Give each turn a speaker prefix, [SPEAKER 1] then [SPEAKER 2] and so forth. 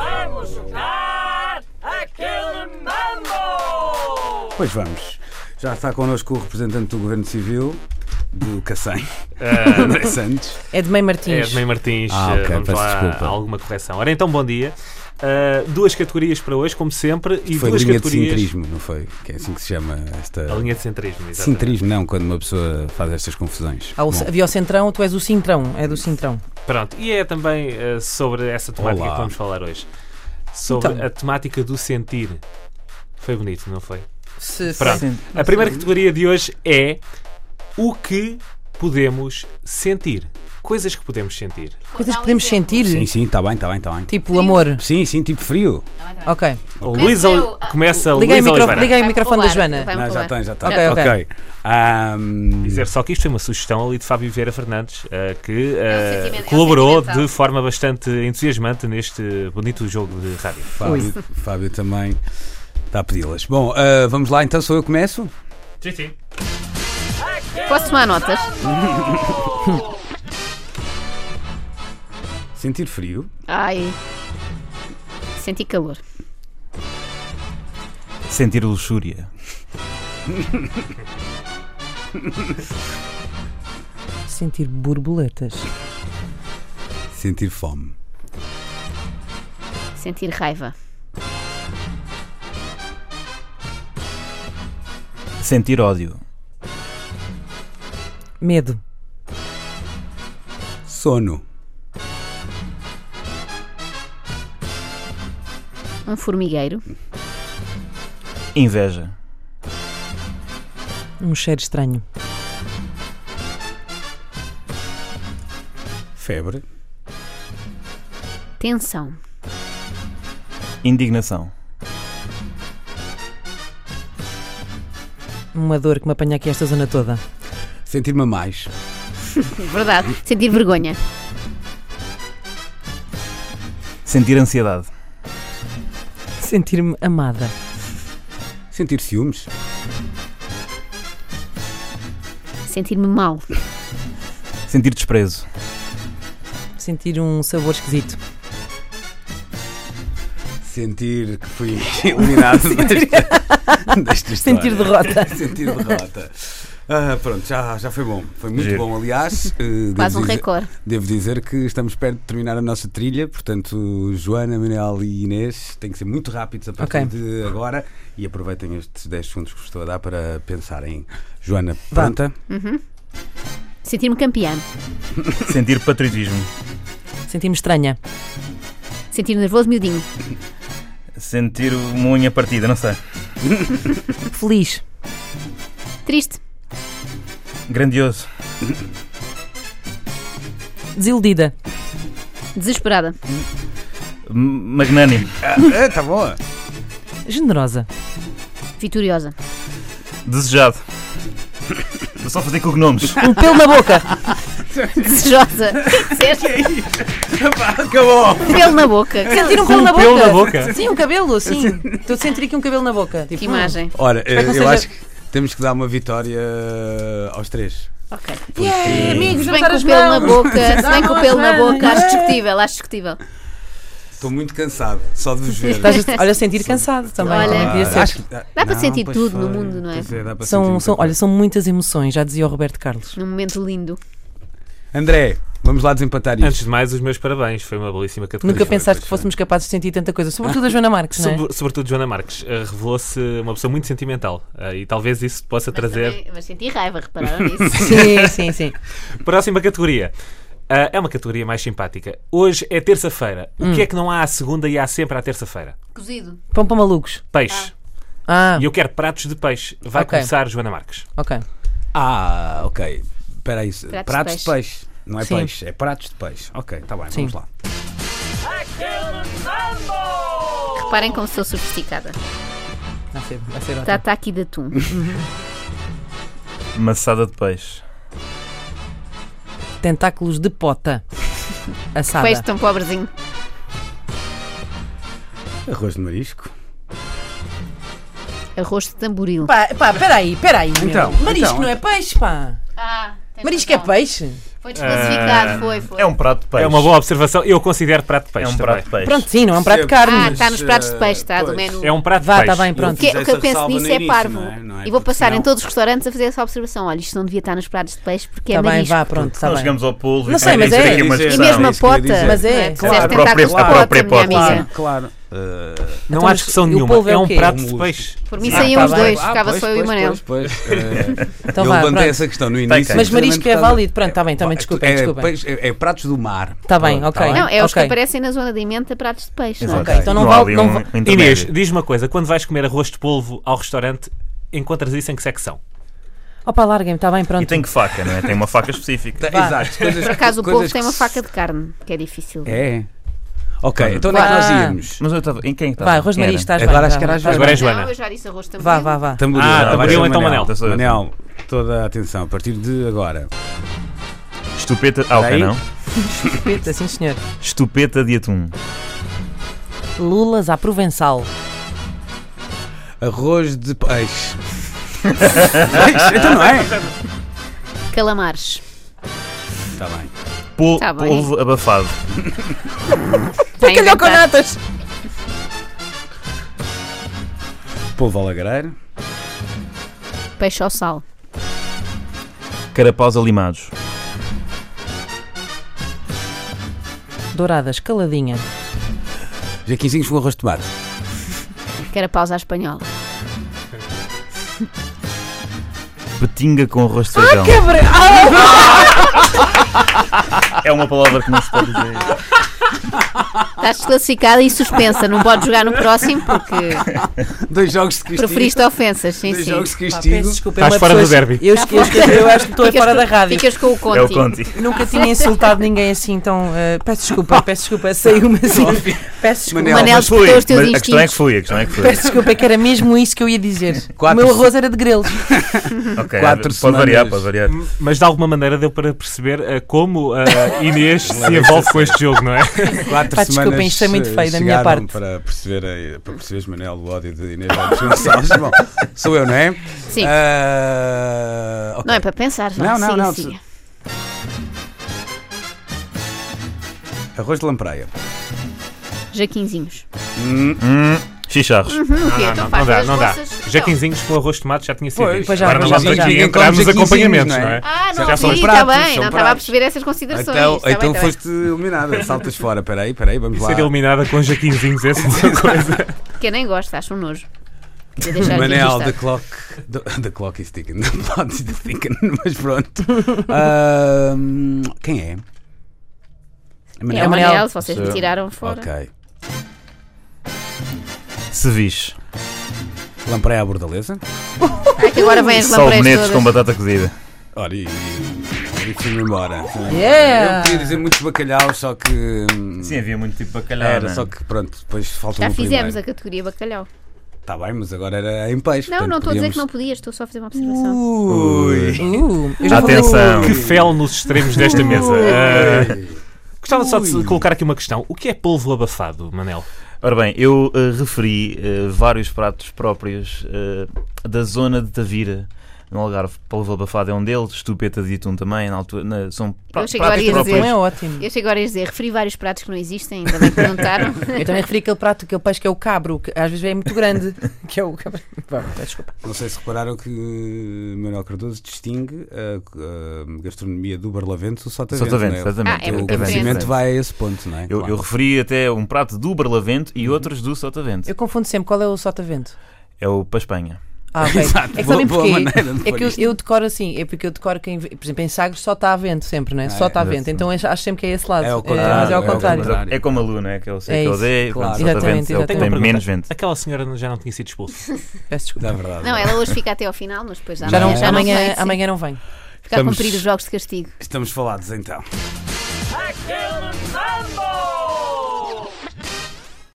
[SPEAKER 1] Vamos jogar aquele mambo!
[SPEAKER 2] Pois vamos. Já está connosco o representante do Governo Civil do Cacém, André Santos.
[SPEAKER 3] É de Mãe Martins.
[SPEAKER 4] É, Edmei é, Martins,
[SPEAKER 2] Ah, ok,
[SPEAKER 4] eh, vamos
[SPEAKER 2] peço
[SPEAKER 4] lá
[SPEAKER 2] desculpa.
[SPEAKER 4] a alguma correção. Ora então, bom dia. Ah, duas categorias para hoje, como sempre, e
[SPEAKER 2] Foi
[SPEAKER 4] duas
[SPEAKER 2] linha de
[SPEAKER 4] categorias.
[SPEAKER 2] sintrismo, não foi? Que é assim que se chama esta.
[SPEAKER 4] A linha de centrismo, exatamente.
[SPEAKER 2] Sintrismo, não, quando uma pessoa faz estas confusões.
[SPEAKER 3] Há Ah, o-
[SPEAKER 2] Bom,
[SPEAKER 3] Havia o Centrão, tu és o Cintrão. É do Cintrão.
[SPEAKER 4] Pronto, e é também ah, sobre essa temática
[SPEAKER 2] Olá.
[SPEAKER 4] que vamos falar hoje. Sobre
[SPEAKER 3] Então.
[SPEAKER 4] a temática do sentir. Foi bonito, não foi?
[SPEAKER 3] Se, se-
[SPEAKER 4] Pronto. A primeira categoria de hoje é o que podemos sentir. Coisas que podemos sentir.
[SPEAKER 3] Coisas que podemos sentir.
[SPEAKER 2] Sim, sim, está bem, está bem, está bem.
[SPEAKER 3] Tipo amor.
[SPEAKER 2] Sim, sim, tipo frio.
[SPEAKER 3] Ok. ah,
[SPEAKER 4] Luísa,
[SPEAKER 1] eu.
[SPEAKER 4] começa
[SPEAKER 3] Liguei o,
[SPEAKER 4] Luísa
[SPEAKER 3] micro-
[SPEAKER 4] Oliveira.
[SPEAKER 3] liguei o microfone da Joana.
[SPEAKER 2] Não, já tem, já está.
[SPEAKER 3] Ok, ok.
[SPEAKER 2] Ahm,
[SPEAKER 4] Dizer só que isto foi uma sugestão ali de Fábio Vieira Fernandes, eh, que eh,
[SPEAKER 1] sentimento- é um
[SPEAKER 4] colaborou
[SPEAKER 1] sentimental.
[SPEAKER 4] de forma bastante entusiasmante neste bonito jogo de rádio.
[SPEAKER 2] Fábio, Fábio também está a pedi-las. Bom, ah, vamos lá então, sou eu que começo?
[SPEAKER 4] Sim, sim.
[SPEAKER 1] Posso tomar notas?
[SPEAKER 2] Sentir frio,
[SPEAKER 1] Ai. Senti calor.
[SPEAKER 5] Sentir luxúria.
[SPEAKER 3] Sentir borboletas.
[SPEAKER 2] sentir fome,
[SPEAKER 1] Sentir raiva.
[SPEAKER 5] Sentir ódio.
[SPEAKER 3] Medo.
[SPEAKER 2] sono,
[SPEAKER 1] Um formigueiro.
[SPEAKER 5] Inveja.
[SPEAKER 3] Um cheiro estranho.
[SPEAKER 2] febre,
[SPEAKER 1] Tensão.
[SPEAKER 5] Indignação.
[SPEAKER 3] Uma dor que me apanha aqui esta zona toda.
[SPEAKER 2] sentir-me a mais,
[SPEAKER 1] Verdade. Sentir vergonha.
[SPEAKER 5] Sentir ansiedade.
[SPEAKER 3] Sentir-me amada.
[SPEAKER 2] sentir ciúmes,
[SPEAKER 1] Sentir-me mal.
[SPEAKER 5] Sentir desprezo.
[SPEAKER 3] Sentir um sabor esquisito.
[SPEAKER 2] sentir que fui eliminado desta, desta história.
[SPEAKER 3] Sentir derrota.
[SPEAKER 2] sentir derrota. Ah, pronto, já, já foi bom. Foi muito
[SPEAKER 5] Giro.
[SPEAKER 2] bom, aliás. Eh,
[SPEAKER 1] Quase
[SPEAKER 2] devo
[SPEAKER 1] um
[SPEAKER 2] dizer-
[SPEAKER 1] recorde.
[SPEAKER 2] Devo dizer que estamos perto de terminar a nossa trilha, portanto, Joana, Manel e Inês têm que ser muito rápidos a partir
[SPEAKER 3] Ok.
[SPEAKER 2] de agora e aproveitem estes 10 segundos que vos estou a dar para pensarem. Joana, pronta?
[SPEAKER 1] Sentir-me campeã.
[SPEAKER 5] Sentir patriotismo.
[SPEAKER 3] Sentir-me estranha.
[SPEAKER 1] Sentir nervoso miudinho.
[SPEAKER 5] Sentir uma unha partida, não sei.
[SPEAKER 3] Feliz.
[SPEAKER 1] Triste.
[SPEAKER 5] Grandioso.
[SPEAKER 3] Desiludida.
[SPEAKER 1] Desesperada.
[SPEAKER 5] M- Magnânimo.
[SPEAKER 2] Ah, tá boa!
[SPEAKER 3] Generosa.
[SPEAKER 1] Vitoriosa.
[SPEAKER 5] Desejado. Vou só fazer cognomes.
[SPEAKER 3] Um pelo na boca.
[SPEAKER 1] Desejosa. Disseste?
[SPEAKER 2] Acabou!
[SPEAKER 1] Pelo na boca.
[SPEAKER 3] Sentir um pelo na boca.
[SPEAKER 4] pelo na boca?
[SPEAKER 3] Sim, um cabelo, sim. Estou a sentir aqui um cabelo na boca. Tipo,
[SPEAKER 1] Que imagem.
[SPEAKER 2] Ora, eh,
[SPEAKER 3] que
[SPEAKER 2] eu
[SPEAKER 3] não seja-
[SPEAKER 2] acho que temos que dar uma vitória aos três.
[SPEAKER 1] Ok.
[SPEAKER 3] hum. Yeah, amigos,
[SPEAKER 1] Se bem
[SPEAKER 3] levantar
[SPEAKER 1] com
[SPEAKER 3] as
[SPEAKER 1] o pelo na
[SPEAKER 3] mãos.
[SPEAKER 1] boca, se bem com o pelo na
[SPEAKER 3] Vamos,
[SPEAKER 1] boca, acho discutível, acho discutível.
[SPEAKER 2] Estou muito cansado, só de vos ver.
[SPEAKER 3] Estás a- olha, sentir cansado também.
[SPEAKER 1] Olha.
[SPEAKER 3] também podia ser.
[SPEAKER 2] que- ah,
[SPEAKER 1] Dá para sentir
[SPEAKER 2] pois
[SPEAKER 1] tudo no mundo, não é?
[SPEAKER 2] Pois dá para sentir
[SPEAKER 3] São,
[SPEAKER 2] muita
[SPEAKER 3] são, olha,
[SPEAKER 2] coisa.
[SPEAKER 3] são muitas emoções, já dizia o Roberto Carlos.
[SPEAKER 1] Num momento lindo.
[SPEAKER 2] André, vamos lá desempatar isto.
[SPEAKER 4] Antes de mais, os meus parabéns, foi uma belíssima categoria.
[SPEAKER 3] Nunca pensaste
[SPEAKER 2] pois
[SPEAKER 3] que fôssemos capazes de sentir tanta coisa, sobretudo a Joana Marques, não é?
[SPEAKER 4] Sob- Sobretudo Joana Marques, eh, revelou-se uma pessoa muito sentimental eh, e talvez isso te possa trazer.
[SPEAKER 1] Também- Mas senti raiva, repararam nisso.
[SPEAKER 3] Sim, sim, sim.
[SPEAKER 4] Próxima categoria. Ah, é uma categoria mais simpática. Hoje é terça-feira. O
[SPEAKER 1] Hum.
[SPEAKER 4] que é que não há à segunda e há sempre à terça-feira?
[SPEAKER 1] Cozido.
[SPEAKER 3] Pão para malucos.
[SPEAKER 4] Peixe.
[SPEAKER 3] Ah,
[SPEAKER 4] E eu quero pratos de peixe. Vai
[SPEAKER 3] Ok.
[SPEAKER 4] começar Joana Marques.
[SPEAKER 3] ok.
[SPEAKER 2] Ah, ok. Espera aí. Pratos,
[SPEAKER 1] de
[SPEAKER 2] de, peixe. Não é
[SPEAKER 3] Sim.
[SPEAKER 2] peixe, é pratos de peixe. Ok, está bem,
[SPEAKER 3] Sim.
[SPEAKER 2] vamos lá.
[SPEAKER 1] Reparem como sou sofisticada.
[SPEAKER 3] Vai ser, vai ser ótimo.
[SPEAKER 1] Tata aqui de atum.
[SPEAKER 5] Maçada de peixe.
[SPEAKER 3] Tentáculos de pota. Assada.
[SPEAKER 1] Peixe tão pobrezinho.
[SPEAKER 2] Arroz de marisco.
[SPEAKER 1] Arroz de tamboril.
[SPEAKER 3] Pá, pá, peraí, peraí. meu.
[SPEAKER 2] Então,
[SPEAKER 3] Marisco
[SPEAKER 2] então.
[SPEAKER 3] não é peixe, pá.
[SPEAKER 1] Ah,
[SPEAKER 3] Marisco é peixe.
[SPEAKER 1] Foi desclassificado,
[SPEAKER 5] Ah,
[SPEAKER 1] foi, foi.
[SPEAKER 5] É um prato de peixe.
[SPEAKER 4] É uma boa observação. Eu considero prato de
[SPEAKER 5] É
[SPEAKER 4] peixe.
[SPEAKER 5] um
[SPEAKER 4] também.
[SPEAKER 5] prato de peixe.
[SPEAKER 3] Pronto, sim, não é um prato de
[SPEAKER 1] Ah,
[SPEAKER 3] carne.
[SPEAKER 2] Mas, eh,
[SPEAKER 1] está nos pratos de peixe, está do
[SPEAKER 2] pois.
[SPEAKER 1] menu.
[SPEAKER 4] É um prato de
[SPEAKER 3] Vá,
[SPEAKER 4] peixe.
[SPEAKER 3] está bem, pronto.
[SPEAKER 1] O que, o que
[SPEAKER 2] Fizeste
[SPEAKER 1] eu penso
[SPEAKER 2] ressalva no
[SPEAKER 1] nisso é
[SPEAKER 2] início,
[SPEAKER 1] parvo.
[SPEAKER 2] não é? Não é?
[SPEAKER 1] E vou
[SPEAKER 2] Porque
[SPEAKER 1] passar em
[SPEAKER 2] senão-
[SPEAKER 1] todos os restaurantes a fazer essa observação. Olha, isto não devia estar nos pratos de peixe porque é
[SPEAKER 2] Tá
[SPEAKER 3] Está Tá bem,
[SPEAKER 1] marisco.
[SPEAKER 3] vá, pronto, está
[SPEAKER 5] Nós
[SPEAKER 3] bem.
[SPEAKER 5] chegamos ao pulo.
[SPEAKER 3] Não sei, mas é.
[SPEAKER 1] E
[SPEAKER 2] Não, é
[SPEAKER 1] mesmo a
[SPEAKER 2] isso que eu ia
[SPEAKER 1] pota.
[SPEAKER 2] dizer.
[SPEAKER 3] Mas é,
[SPEAKER 1] não Que
[SPEAKER 3] claro.
[SPEAKER 1] serve
[SPEAKER 3] A
[SPEAKER 5] própria-
[SPEAKER 1] tentáculos de
[SPEAKER 5] a
[SPEAKER 1] pota,
[SPEAKER 5] própria
[SPEAKER 1] minha
[SPEAKER 5] pota,
[SPEAKER 1] amiga.
[SPEAKER 5] sim.
[SPEAKER 2] Claro. eh,
[SPEAKER 4] Não
[SPEAKER 3] Então,
[SPEAKER 4] há
[SPEAKER 3] mas
[SPEAKER 4] discussão
[SPEAKER 3] o
[SPEAKER 4] nenhuma.
[SPEAKER 3] polvo é
[SPEAKER 4] É
[SPEAKER 3] o
[SPEAKER 4] um
[SPEAKER 3] quê?
[SPEAKER 4] prato de
[SPEAKER 2] Hummus.
[SPEAKER 4] peixe.
[SPEAKER 1] Por mim
[SPEAKER 3] Ah,
[SPEAKER 1] saíam
[SPEAKER 3] tá
[SPEAKER 1] os
[SPEAKER 3] bem.
[SPEAKER 1] dois,
[SPEAKER 2] ah,
[SPEAKER 1] ficava
[SPEAKER 2] pois,
[SPEAKER 1] só eu e o
[SPEAKER 2] pois,
[SPEAKER 1] Manel.
[SPEAKER 2] pois, pois, eh,
[SPEAKER 3] Então
[SPEAKER 2] eu
[SPEAKER 3] vá,
[SPEAKER 2] levantei
[SPEAKER 3] pronto.
[SPEAKER 2] essa questão no início.
[SPEAKER 5] cá.
[SPEAKER 3] Mas marisco é
[SPEAKER 2] Portanto,
[SPEAKER 3] válido, pronto, está bem, está bem, desculpem,
[SPEAKER 2] é,
[SPEAKER 3] desculpem.
[SPEAKER 2] peixe- é- é pratos do mar.
[SPEAKER 3] Está bem,
[SPEAKER 2] Pronto,
[SPEAKER 3] ok.
[SPEAKER 2] tá bem.
[SPEAKER 1] Não, é os que
[SPEAKER 3] Ok.
[SPEAKER 1] aparecem na zona de imenta pratos de peixe,
[SPEAKER 2] Uhum.
[SPEAKER 1] não é?
[SPEAKER 5] Exato.
[SPEAKER 3] Ok, então não
[SPEAKER 5] há
[SPEAKER 3] vale-
[SPEAKER 5] ali
[SPEAKER 3] não
[SPEAKER 5] um
[SPEAKER 3] vale-
[SPEAKER 5] intermédio.
[SPEAKER 4] Inês, diz uma coisa. Quando vais comer arroz de polvo ao restaurante, encontras isso em que secção?
[SPEAKER 3] Opa, larguem-me, está bem,
[SPEAKER 5] E
[SPEAKER 3] pronto.
[SPEAKER 5] tem que faca, não é? Tem uma faca específica.
[SPEAKER 2] Tá,
[SPEAKER 3] Vá.
[SPEAKER 2] Exato. Coisas,
[SPEAKER 1] Por acaso o
[SPEAKER 2] coisas
[SPEAKER 1] povo tem
[SPEAKER 2] que
[SPEAKER 1] uma
[SPEAKER 2] se-
[SPEAKER 1] faca de carne, que é difícil.
[SPEAKER 2] É. Ok, então onde é
[SPEAKER 3] Vá.
[SPEAKER 2] que nós íamos?
[SPEAKER 5] Mas eu estava. Em quem estava?
[SPEAKER 3] Vá, arroz de
[SPEAKER 5] Quem era?
[SPEAKER 3] marisco, estás bem.
[SPEAKER 2] Agora acho
[SPEAKER 3] já,
[SPEAKER 2] que era a
[SPEAKER 3] estás
[SPEAKER 4] Agora é
[SPEAKER 3] bem.
[SPEAKER 1] Não,
[SPEAKER 4] Joana.
[SPEAKER 1] eu já disse arroz também.
[SPEAKER 3] Vá, vá, vá.
[SPEAKER 2] Tamboril.
[SPEAKER 4] Ah,
[SPEAKER 2] Não,
[SPEAKER 4] tamboril,
[SPEAKER 2] agora é
[SPEAKER 4] então,
[SPEAKER 2] Manel.
[SPEAKER 5] Manel.
[SPEAKER 2] Manel, toda a atenção. A partir de agora.
[SPEAKER 5] Estupeta. Ah,
[SPEAKER 3] Tá
[SPEAKER 5] ok,
[SPEAKER 2] Daí?
[SPEAKER 5] não.
[SPEAKER 3] Pita, sim senhor.
[SPEAKER 5] Estupeta de atum.
[SPEAKER 3] Lulas à Provençal.
[SPEAKER 2] Arroz de peixe. peixe? Então não é?
[SPEAKER 1] Calamares.
[SPEAKER 2] Está bem.
[SPEAKER 5] Pol-
[SPEAKER 1] Tá bem.
[SPEAKER 5] Polvo abafado.
[SPEAKER 1] Está inventado.
[SPEAKER 3] natas.
[SPEAKER 2] Polvo alagareiro.
[SPEAKER 1] Peixe ao sal.
[SPEAKER 5] Carapaus alimados.
[SPEAKER 3] Douradas, caladinha.
[SPEAKER 2] Jaquinzinhos com arroz de tomate.
[SPEAKER 1] Carapaus à espanhola.
[SPEAKER 5] Petinga com arroz de feijão.
[SPEAKER 1] Ah!
[SPEAKER 5] É uma palavra que não se pode dizer.
[SPEAKER 1] Estás classificada e suspensa. Não podes jogar no próximo porque
[SPEAKER 2] Dois jogos de castigo.
[SPEAKER 1] preferiste ofensas. Sim,
[SPEAKER 2] Dois
[SPEAKER 1] sim.
[SPEAKER 2] jogos de
[SPEAKER 3] Pá, peço
[SPEAKER 2] castigo.
[SPEAKER 3] desculpa, é
[SPEAKER 4] Estás
[SPEAKER 3] uma
[SPEAKER 4] fora do
[SPEAKER 3] pessoa-
[SPEAKER 4] derby.
[SPEAKER 3] Eu, esque- eu esque- eu acho que estou é
[SPEAKER 1] Ficas
[SPEAKER 3] fora
[SPEAKER 1] com-
[SPEAKER 3] da rádio.
[SPEAKER 1] Ficas com o Conti.
[SPEAKER 5] É o Conti.
[SPEAKER 3] Nunca tinha insultado ninguém assim, então eh, peço desculpa, peço desculpa, saiu-me
[SPEAKER 2] Tá
[SPEAKER 3] assim. Peço desculpa.
[SPEAKER 1] O Manel
[SPEAKER 2] Mas
[SPEAKER 1] despertou os teus
[SPEAKER 5] Mas a questão é que
[SPEAKER 1] instintos.
[SPEAKER 5] fui, a questão é que fui.
[SPEAKER 3] Peço desculpa, é que era mesmo isso que eu ia dizer.
[SPEAKER 2] Quatro-
[SPEAKER 3] O meu arroz era de grelos.
[SPEAKER 5] Ok,
[SPEAKER 2] Quatro
[SPEAKER 5] pode
[SPEAKER 2] semanas.
[SPEAKER 5] variar, pode variar.
[SPEAKER 4] Mas de alguma maneira deu para perceber eh, como a Inês se envolve com este jogo, não é?
[SPEAKER 2] Quatro
[SPEAKER 3] Pá, desculpem,
[SPEAKER 2] semanas,
[SPEAKER 3] isto é muito
[SPEAKER 2] eh,
[SPEAKER 3] feio da minha
[SPEAKER 2] chegaram
[SPEAKER 3] parte.
[SPEAKER 2] Para perceber, a- para perceberes, Manel, o ódio de Inês Alves Gonçalves. Bom, sou eu, não é?
[SPEAKER 1] Sim.
[SPEAKER 2] Ah, ok.
[SPEAKER 1] Não é para pensar. vá,
[SPEAKER 2] Não, não,
[SPEAKER 1] siga,
[SPEAKER 2] não,
[SPEAKER 1] siga. é?
[SPEAKER 2] Arroz de lampreia.
[SPEAKER 1] Jaquinzinhos.
[SPEAKER 2] Hum,
[SPEAKER 5] Hum, chicharros.
[SPEAKER 1] Hum, o quê?
[SPEAKER 4] Não,
[SPEAKER 1] Então
[SPEAKER 4] não, não
[SPEAKER 1] faz
[SPEAKER 4] dá,
[SPEAKER 1] as Então-
[SPEAKER 4] não dá.
[SPEAKER 1] vossas-
[SPEAKER 4] Jaquinzinhos com arroz de tomate já tinha sido.
[SPEAKER 2] Pois,
[SPEAKER 4] dito.
[SPEAKER 3] pois já,
[SPEAKER 4] Agora
[SPEAKER 3] pois
[SPEAKER 4] não
[SPEAKER 3] já,
[SPEAKER 4] vamos
[SPEAKER 3] já.
[SPEAKER 4] aqui
[SPEAKER 2] Ninguém
[SPEAKER 4] entrar nos
[SPEAKER 2] come jaquinzinhos,
[SPEAKER 4] acompanhamentos,
[SPEAKER 2] não é?
[SPEAKER 4] não é?
[SPEAKER 1] Ah, não,
[SPEAKER 2] Já
[SPEAKER 1] já
[SPEAKER 2] são
[SPEAKER 1] sim, está
[SPEAKER 2] pratos, são
[SPEAKER 1] bem. Não estava a
[SPEAKER 2] pratos.
[SPEAKER 1] perceber essas considerações.
[SPEAKER 2] então
[SPEAKER 1] Está bem,
[SPEAKER 2] então
[SPEAKER 1] está bem.
[SPEAKER 2] foste eliminada. Saltas fora. Espera aí, espera aí, vamos lá.
[SPEAKER 4] Ser eliminada com jaquinzinhos, essa é uma coisa.
[SPEAKER 1] Quem nem gosta, acho um nojo. Vou deixar
[SPEAKER 2] Manel,
[SPEAKER 1] aqui É
[SPEAKER 2] the
[SPEAKER 1] registado.
[SPEAKER 2] clock, the, the clock is ticking. The clock is ticking, mas pronto. Ahm, quem é?
[SPEAKER 1] É o
[SPEAKER 3] Manel.
[SPEAKER 1] Manel, se vocês me
[SPEAKER 5] Sim.
[SPEAKER 1] tiraram fora.
[SPEAKER 2] Ok.
[SPEAKER 5] Ceviche.
[SPEAKER 2] Lampreia à bordaleza.
[SPEAKER 1] Ai, É que agora vêm as lampreias
[SPEAKER 5] Salmonetes com
[SPEAKER 1] todas.
[SPEAKER 5] batata cozida.
[SPEAKER 2] Ora, e, e fui-me embora. Fui-me embora.
[SPEAKER 3] Yeah.
[SPEAKER 2] Eu queria dizer muitos bacalhaus, só que. hum,
[SPEAKER 5] havia muito tipo bacalhau.
[SPEAKER 2] Era, só que pronto, depois falta
[SPEAKER 1] Já
[SPEAKER 2] um
[SPEAKER 1] fizemos a
[SPEAKER 2] primeiro.
[SPEAKER 1] categoria bacalhau.
[SPEAKER 2] Tá bem, mas agora era em peixe.
[SPEAKER 1] Não,
[SPEAKER 2] portanto,
[SPEAKER 1] não estou a dizer que não
[SPEAKER 2] podíamos-
[SPEAKER 1] podias, estou só a fazer uma observação.
[SPEAKER 2] Ui.
[SPEAKER 3] Uh, eu já falei-
[SPEAKER 5] Atenção.
[SPEAKER 4] Que fel nos extremos desta mesa. Ah, gostava só de
[SPEAKER 2] Ui.
[SPEAKER 4] colocar aqui uma questão. O que é polvo abafado, Manel?
[SPEAKER 5] Ora bem, eu eh, referi eh, vários pratos próprios eh, da zona de Tavira. No Algarve, polvo abafado é um deles, estupeta de atum também, na altura, na- são pra-
[SPEAKER 1] Eu
[SPEAKER 5] pratos
[SPEAKER 1] achei que agora ia
[SPEAKER 5] próprios.
[SPEAKER 3] Não
[SPEAKER 1] dizer-
[SPEAKER 3] é ótimo.
[SPEAKER 1] Eu chego agora a dizer, referi vários pratos que não existem, ainda bem que perguntaram.
[SPEAKER 3] Eu também referi aquele prato, aquele peixe que é o cabro, que às vezes é muito grande. Que é o cabro. Vá, peço desculpa.
[SPEAKER 2] Não sei se repararam que eh, Manuel Cardoso distingue a, a gastronomia do Barlavento do Sotavento.
[SPEAKER 5] Sotavento,
[SPEAKER 2] não é?
[SPEAKER 5] exatamente.
[SPEAKER 1] Ah, é
[SPEAKER 2] O
[SPEAKER 1] muito
[SPEAKER 2] conhecimento
[SPEAKER 1] diferente.
[SPEAKER 2] vai a esse ponto, não é?
[SPEAKER 5] Eu, eu referi até um prato do Barlavento
[SPEAKER 3] Uhum.
[SPEAKER 5] e outros do Sotavento.
[SPEAKER 3] Eu confundo sempre qual é o sotavento.
[SPEAKER 5] É o para a Espanha.
[SPEAKER 3] Ah, ok.
[SPEAKER 2] Exato,
[SPEAKER 3] é que sabem
[SPEAKER 2] boa- boa
[SPEAKER 3] porquê?
[SPEAKER 2] maneira de
[SPEAKER 3] É
[SPEAKER 2] pôr
[SPEAKER 3] que eu,
[SPEAKER 2] isto.
[SPEAKER 3] eu decoro assim, é porque eu decoro que, em- por exemplo, em Sagres só está a vento sempre, não é? Só
[SPEAKER 2] é,
[SPEAKER 3] está a vento.
[SPEAKER 5] exato.
[SPEAKER 3] Então acho acho sempre que é esse lado.
[SPEAKER 2] É ao
[SPEAKER 3] Eh,
[SPEAKER 2] contrário,
[SPEAKER 3] mas é ao
[SPEAKER 2] é ao
[SPEAKER 3] contrário.
[SPEAKER 2] contrário.
[SPEAKER 5] É como a Lua, não é? Que eu sei
[SPEAKER 3] É
[SPEAKER 5] que eu
[SPEAKER 3] isso,
[SPEAKER 5] odeio,
[SPEAKER 2] claro.
[SPEAKER 5] quando o Sotavento
[SPEAKER 3] Exatamente,
[SPEAKER 5] é o que
[SPEAKER 3] exatamente.
[SPEAKER 5] tem
[SPEAKER 3] Tenho
[SPEAKER 4] uma
[SPEAKER 5] menos
[SPEAKER 4] pergunta.
[SPEAKER 5] vento.
[SPEAKER 4] Aquela senhora já não tinha sido expulsa.
[SPEAKER 3] Peço
[SPEAKER 2] Da
[SPEAKER 3] desculpa.
[SPEAKER 2] É verdade.
[SPEAKER 1] Não, é- ela hoje fica até ao final, mas depois já,
[SPEAKER 3] Já não,
[SPEAKER 2] É.
[SPEAKER 1] já
[SPEAKER 3] amanhã,
[SPEAKER 1] não vem, sim.
[SPEAKER 3] amanhã não vem.
[SPEAKER 1] Ficar a cumprir os jogos de castigo.
[SPEAKER 2] Estamos falados então.